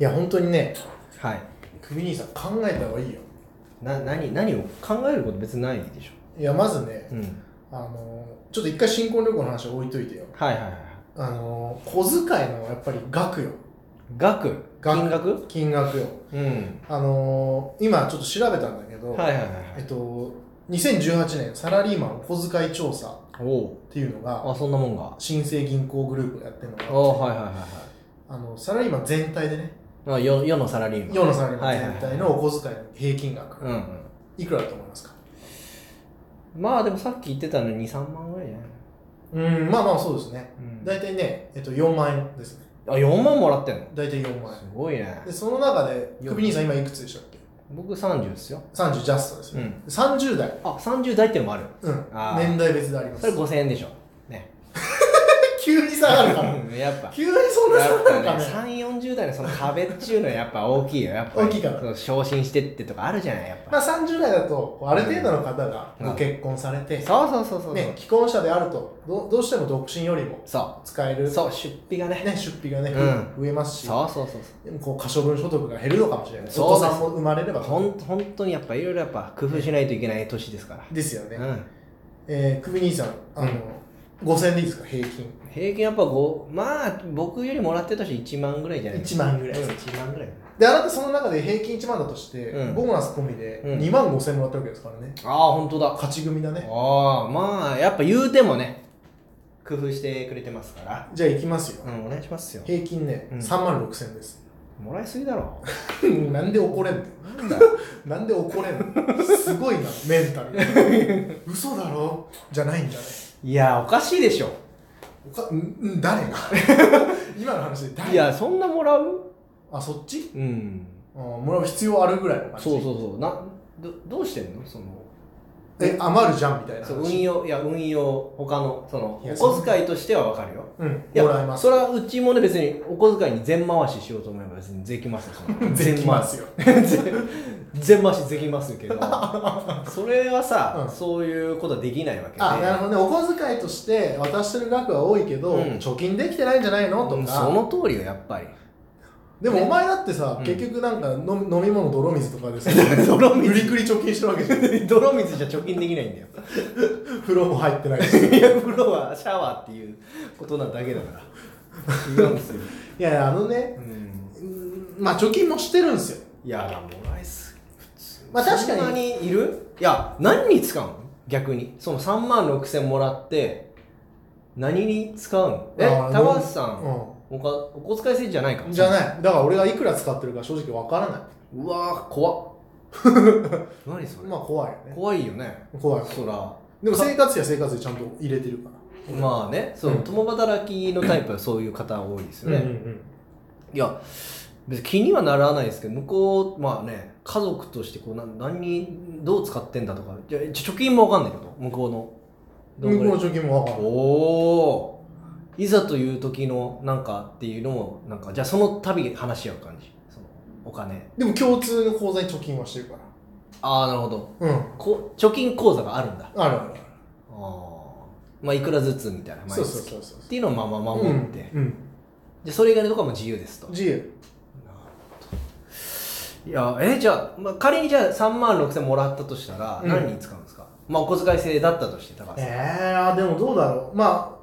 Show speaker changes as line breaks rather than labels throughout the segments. いや本当にね
はい
クビ兄さん考えた方がいいよ
な何何を考えること別にないでしょ
いやまずね
うん
あのちょっと一回新婚旅行の話は置いといてよ
はいはいはい
あの小遣いのやっぱり額よ
額
額
金額
金額よ
うん
あの今ちょっと調べたんだけど、
はいはいはいは
えっ
い
と2018年サラリーマン小遣い調査っ
おお
ていうのが
あそんなもんが
新生銀行グループがやってるの
あ
が
はいはいはい
あのサラリーマン全体でね
はいあ世世のサラリーマン
世のサラリーマン全体のお小遣いの平均額、
うん、
いくらだと思いますか
うん、まあでもさっき言ってたの23万ぐらいじゃない、
うんまあまあそうですね
うん
大体ね、えっと、4万円ですね
あ4万もらってんの
大体4万
すごいね
円でその中で
よ
クビ兄さん今いくつでしたっけ
僕30ですよ
30ジャストです
う
ね、
ん
30代、
あ30代っていうのもある
うん、
あー
年代別であります
それ5000円でしょね
急に下がるから
うん やっぱ
急にそんな
や
下
っ
がるか
ぱね
ね
3四4 0代のその壁っちゅうのはやっぱ大きいよやっぱり
大きいから
そう昇進してってとかあるじゃないやっぱ、
まあ、30代だとこうある程度の方が
うん
ご結婚されて、
そうそうそうそうそう、
ね、既婚者であるとどどうしても独身よりも
そ
使え
う
る、
そう出費がね
ね、出費がね、
う
増えますし
そうそうそうそ
でもこう可処分所得が減るのかもしれない
そう
お子さんも生まれれば
うほん本当にやっぱいろいろやっぱ工夫しないといけない年ですから、
ですよね、
うん
えー、クビ兄さんあの、5000でいいですか平均
平均やっぱ5まあ僕よりもらってたし1万ぐらいじゃない
1万ぐらい
うん、1万ぐらい
であなたその中で平均1万だとして、
うん
ボーナス込みで
うん
2万5000もらったわけですからね、
ああ本当だ
勝ち組だね
ああまあやっぱ言うてもね工夫してくれてますから
じゃあいきますよ、
うんお願いしますよ
平均ね、
うん
3万6000です
もらいすぎだろ
なんで怒れんの
なんだ
なんで怒れんのすごいなメンタル嘘だろじゃないんだね
いやおかしいでしょ
おかんん誰 が今の話で誰
いやそんなもらう
あそっち、
うん
うん、もらう必要あるぐらいの感じ
そうそうそうなどどうしてんのその
え余るじゃんみたいな
そう
話
運用いや運用他のその
いや
お小遣いとしては分かるよ
うん
いや
もらいます
それはうちもね別にお小遣いに全回ししようと思えば別にできますよその
できますよ
全回しできます けどそれはさ、
うん
そういうことはできないわけで
あなるほどねお小遣いとして渡してる額は多いけど、
うん
貯金できてないんじゃないのと
うん
か、
その通りよや っぱり
でもお前だってさ、
うん
結局なんかの飲み物泥水とかでさ
泥
無
水
理くり貯金してるわけじゃ ん
泥水じゃ貯金できないん だよ
風呂も入ってないし
いや風呂はシャワーっていうことなだけだから違うんですよ、
いやいやあのね
うん、
うんまあ貯金もしてるんですよ
いやだもらいすぎ普通
まあ確かに
そんなにいるいや何に使うの逆にその3万6千もらって何に使うのえ
あー
高橋さん、
う
おかお小遣い制じゃないか
んじゃ
い
ないだから俺がいくら使ってるか正直わからないう
わー 怖っ何それ、
まあ怖いよね
怖いよね
怖い
そら
でも生活費は生活費ちゃんと入れてるから
まあねそう、
うん
共働きのタイプはそういう方多いですよ
ね
ね、
ん
いや別に気にはならないですけど向こうまあね家族としてこうな何にどう使ってんだとかいやちょ貯金もわかんないけど向こうのどん
向
ぐ
こ
ら
う
い
の貯金もわからない
おおいざという時のなんかっていうのもなんかじゃあその度話し合う感じそのお金
でも共通の口座に貯金はしてるか
ああなるほど
らうん
こ貯金口座があるんだあ
あるある
あまあいくらずつみたいな毎
そ
月
うそうそうそう
っていうのをまあまあ守って、
うんうん
でそれ以外のとこはもう自由ですと
自由
いやえじゃあ、まあ、仮にじゃあ3万6千もらったとしたら
うん
何に使うんですか、まあお小遣い制だったとして高橋さん、
えー、でもどうだろう、ま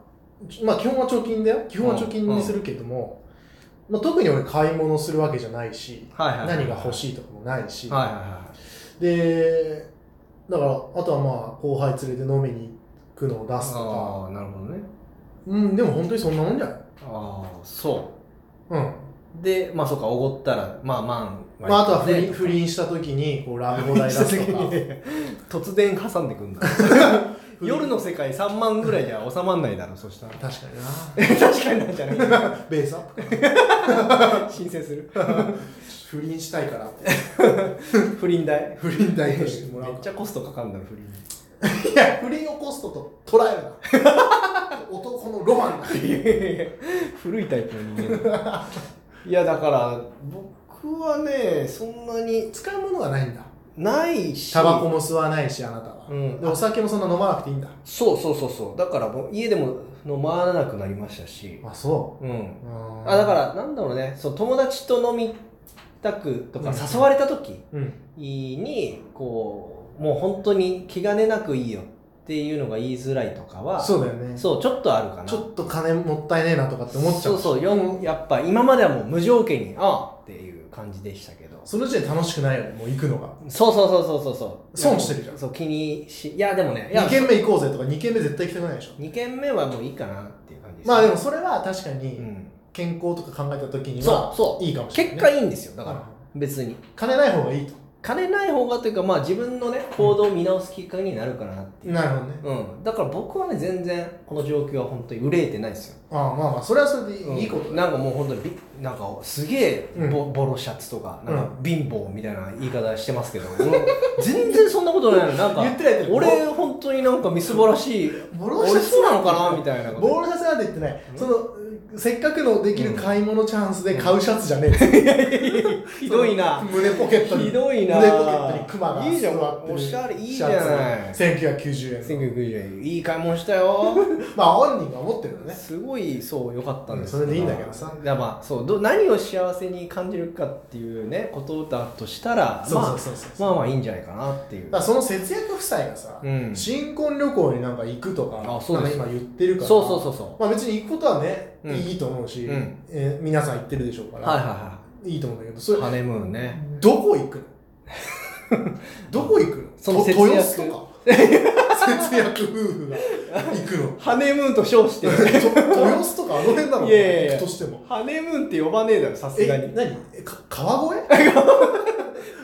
あ、ちまあ基本は貯金だよ基本は貯金にするけども、まあ、特に俺買い物するわけじゃないし、
はいはい
何が欲
い
しいとかもないし、
はいはいはい
でだからあとはまあ後輩連れて飲みに行くのを出すとか
ああなるほどね
うんでも本当にそんなもんじゃない
ああそ
うん
うでまあそうかおごったらまあまあ、
まあ、あとは不
ね
倫不倫した時にこうラブホ代出
した
す
時
とか
に突然挟んでく んだ夜の世界3万ぐらいじゃ収まんないだろ そしたら
確かにな
確かになんじゃない
ベースアップか
申請する
不倫したいから
不倫代
不倫代
め
としてもらう
っ
か
ちゃコストかかるんだろ不倫
いや、不倫をコストと捉えるな。 男のロマンだ。
いやいやいや古いタイプの人間だいやだから僕はねそんなに
使うものがないんだ。
ないし
タバコも吸わないし、あなたは。
うん
でお酒もそんな飲まなくていいんだ。
そうそうそうそうだからもう家でも飲まなくなりましたし、
あ、そ
うん。
う。うん
あだか、ら、なんだろうね、そう友達と飲みたくとか、
うん
誘われた時
うん。
に、こう、もう本当に気兼ねなくいいよっていうのが言いづらいとかは、
そうだよね。
そうちょっとあるかな。
ちょっと金もったいねえなとかって思っちゃうし。
そうそうよんやっぱ今まではもう無条件にああっていう感じでしたけど
その時点で楽しくないよね、もう行くのが。
そうそうそうそうそうそう
損してるじゃん
そう気にしいやでもねいや
2軒目行こうぜとか、2軒目絶対行きたくないでしょ。
二軒目はもういいかなっていう感じです
まあでもそれは確か
う
に、
ん、
健康とか考えた時に
そ
は、
うそう
いいかもしれない、
結
ね。
果いいんですよだ
だ
か
からら、
別に
金ない方がいいと。
金ない方がというかまあ自分のね行動を見直すきっかけになるかなっていう、
なるほどね。
うん、だから僕はね全然この状況は本当に憂えてないですよ
ああまあまあ、それはそれでいい,、
うん
ことだ。
なんかもう本当にびなんかすげえボ,、ボロシャツとかなんか貧乏みたいな言い方してますけど、俺全然そんなことないのなんか
言ってないって
俺本当になんかみすぼらしい
ボロ
俺
シャツ
そうなのかなみたいなこと
ボールシャツなんて言ってない、
うん
そのうんせっかくのできる買い物チャンスで買うシャツじゃね え、
ひどいな
胸ポケットに
ひどいな
胸ポケットにクマが
いいじゃん
座ってる
おしゃれいい
シ
じゃな
ャ
い
ツ1990円の
1990円いい買い物したよ
まあ本人が思ってるのね
すごいそう良かったんです
うんそれでいいんだけどさ
だからまあそうど何を幸せに感じるかっていうねことだとしたら
そうそうそうそう、
まあまあまあいいんじゃないかなっていう
だからその節約夫妻がさ、
うん
新婚旅行になんか行くとか
あそうです
なんか今言ってるから
そうそうそうそ
まあ別に行くことはね、
うん
いいと思うし、
うん
えー皆さん行ってるでしょうか
う
ら、、
はいはいはい
いと思うんだけどそれ
いハネムーンね
どこ行くの どこ行くの
その
と
節約
豊洲と か節約夫婦が行くの
ハネムーンと称して
と豊洲とかあの辺なの
いやいやいや
行くとしても
ハネムーンって呼ばねえだろさすが
え
に
何えか川越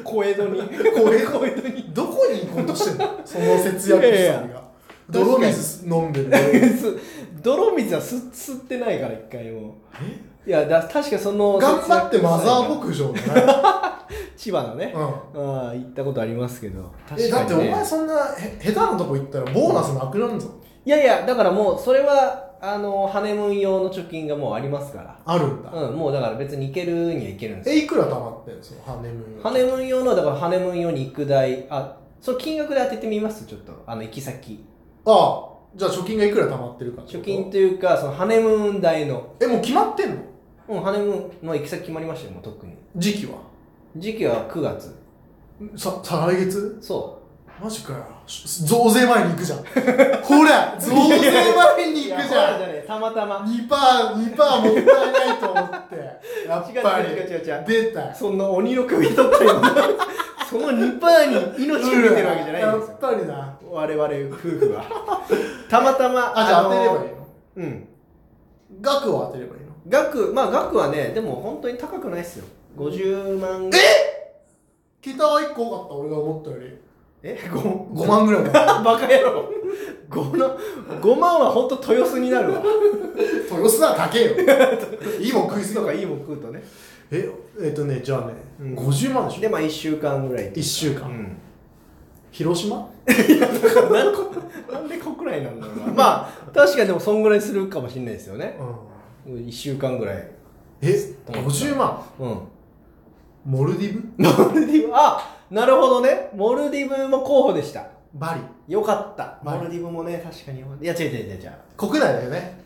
小江戸に
小江戸
小江戸に
どこに行こうとしてん のその節約夫
いやい
妻
や
が泥水飲んでる
す泥水はす吸ってないから一回もいやだ確かその
頑張ってマザー
ク
牧場 だ
千葉のね、
な、うん
ああ行ったことありますけど
えだってお
ね
前そんなへ下手なとこ行ったらボーナスなくなるぞ、
いやいやだからもうそれはあのハネムーン用の貯金がもうありますか
あるんだ、
らうんもうだから別に行けるには行けるんですよ
えいくら貯まってんのそのハネムーン
ハネムーン用のだからハネムーン用に行く代あその金額で当ててみますちょっとあの行き先
ああじゃあ貯金がいくら貯まってるかってこ
貯
と
金というかそのハネムーン代の
えもう決まってんの
もうハネムーンの行き先決まりましたよもう特に
時期は
時期は9月
さ再来月
そ
マジかよし増税前に行く じゃんほら増税前
う
に行く
い
じ
や
ゃ
ほら
ん
じゃねたまたま
2パー2パーもったいないと思ってや
違う
っぱり
違う違う違う
出た
そんな鬼の首取ったようなその2パーに命を懸けてるわけじゃないんです
や
よ
っぱりな
我々夫婦はたまたま
あじゃあ当てれば
い
いいの
うん
額を当てればいいの
額まあ額はねでも本当に高くないっすよ50万
桁は1個多かった俺が思ったより
ええ 5?
5万ぐらいだ
バカ野郎 5, の5万は本当豊洲になるわ
豊洲なら高えよいいもん食いすぎ
と
た
か
から
いいもん食うとね
ええっとねじゃあね、
うん
50万でしょ
でまあ1週間ぐらいっていうか
一週間
うん
広島
なんかなんで国内なんだろうなまあ確かにでもそんぐらいするかもしれないですよね
うん
1週間ぐらい
え50万
うん
モルディブ
モルディブあなるほどねモルディブも候補でした
バリ
よかった
はい
モルディブもね確かによかったいや違う違う違う違う
国内だよね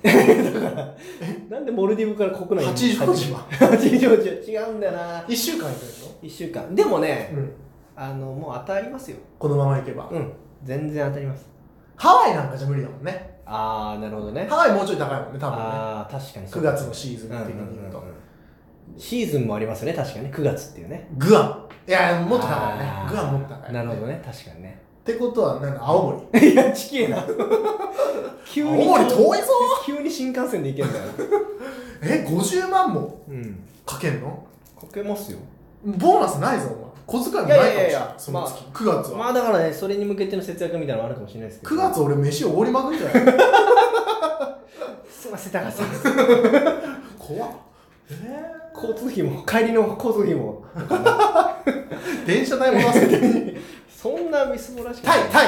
なんでモルディブから国内に
八丈島
八丈島違うんだよな
1週間行くでしょ、
1週間でもね
うん、
あのもう当たりますよ
このまま行けば、
うん全然当たります
ハワイなんかじゃ無理だもんね
ああなるほどね
ハワイもうちょい高いもんね多分ね
ああ確かに
9月のシーズン
うんうん
的
う
に言うんと、
うんシーズンもありますよね確かにね9月っていうね
グアムいやもっと高いね
あー
グアムもっと高い、
なるほどね確かにね
ってことはなんか青森
いやちきえな 急
青
に
森遠いぞ
急に新幹線で行けんだよ
え50万も
うん
かけんの
かけますよ
ボーナスないぞお前小遣いもないかもし
いやい
れ
やい
ない
や
その月、
ま
9月は、
まあだからねそれに向けての節約みたいなのもあるかもしれないですけど
9月俺飯おごりまくんじゃない
すいません高橋さん
怖っえ
交通費も帰りの交通費も
ー、電車代も出 せ
そんなみすぼらしくない
タイタイ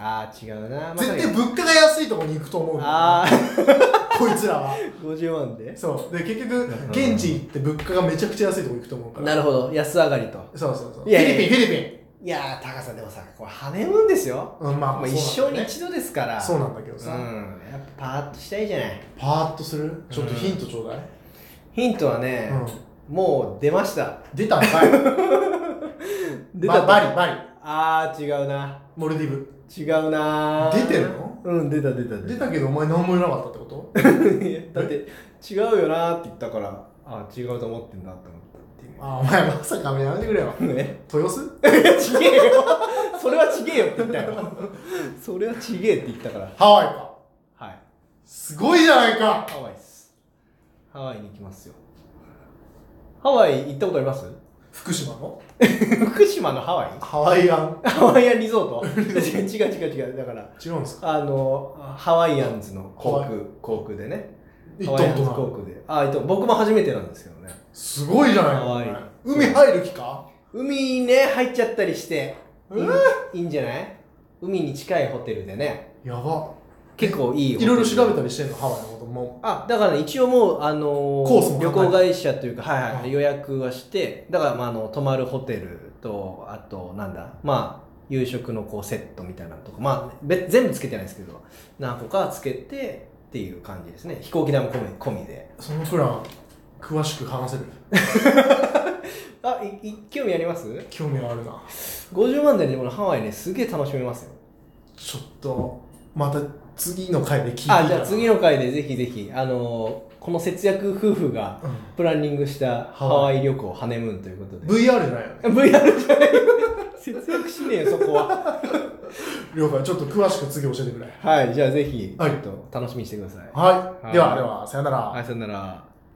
ああ違うな、まあ
絶対物価が安いところに行くと思うんだよ
ああ
こいつらは
50万で
そうで結局現地行って物価がめちゃくちゃ安いとこ行くと思うから
なるほど安上がりと
そうそうそう
いやいや
フィリピンフィリピ
いやー、タカさん、でもさ、これ、ハネムーンですよ。
うん、まあ、
ま
ま
あ、
あ
一
そう
生に
なんだけどね
一度ですから。
そうなんだけどさ、
うん。やっぱ、パーッとしたいじゃない。
パーッとするちょっとヒントちょうだい、
ヒントはね、
う
もう出ました。
ん、出たんか い
出
バ
た
バリバリ
あー、違うな。
モルディブ
違うなー
出てんの
うん、出た出た
出
出た。
たけどお前何も言わなかったって こと
いやだって、違うよなーって言ったから、あー、違うと思ってんだって思ったって いう。
あお前まさかのやめてくれよ
ね。
豊洲
ちげえよそれはちげえよって言ったよそれはちげえって言ったから
ハワイか
はい
すごいじゃないか
ハワイっすハワイに行きますよハワイ行ったことあります
福島の
福島のハワイ
ハワイアン
ハワイアンリ ゾート違う 違う違う違うだから
違うんですか
あのハワイアンズの航空航空でね
行
ハ
っ
ワイ
た
アン
こと
ズ
ない
航空であ行った僕も初めてなんですけどね
すごいじゃないか
ハワ
お
イ
前海入る気か
海ね入っちゃったりしていい,、
え
いいんじゃない海に近いホテルでね
やば
結構いいホテ
い
ル
ろいろ調べたりしてんのハワイのことも
あだから、ね、一応もう、あのー
コースも考えて
旅行会社というか、はいは
う
い、
ん
予約はしてだから、まあ、あの泊まるホテルとあとなんだまあ夕食のこうセットみたいなのとか、まあ、べ全部つけてないですけど何個かつけてっていう感じですね飛行機代も込み込みで
そのプラン詳しく話せる
あいい興味あります
興味はあるな
?50 万でねこのハワイねすげえ楽しめますよ
ちょっとまた次の回で聞いていいか
あ
な
じゃあ次の回でぜひぜひ、あのーこの節約夫婦が
うん
プランニングしたハワイ旅行ハネムーンということで
VR じゃないよね
VR じゃないよ 節約しねえよそこは
了解ちょっと詳しく次教えてくれ
はいじゃあぜひちょ
はい
っと楽しみにしてください、
はい、
はい
ではではさよなら
はい、さよなら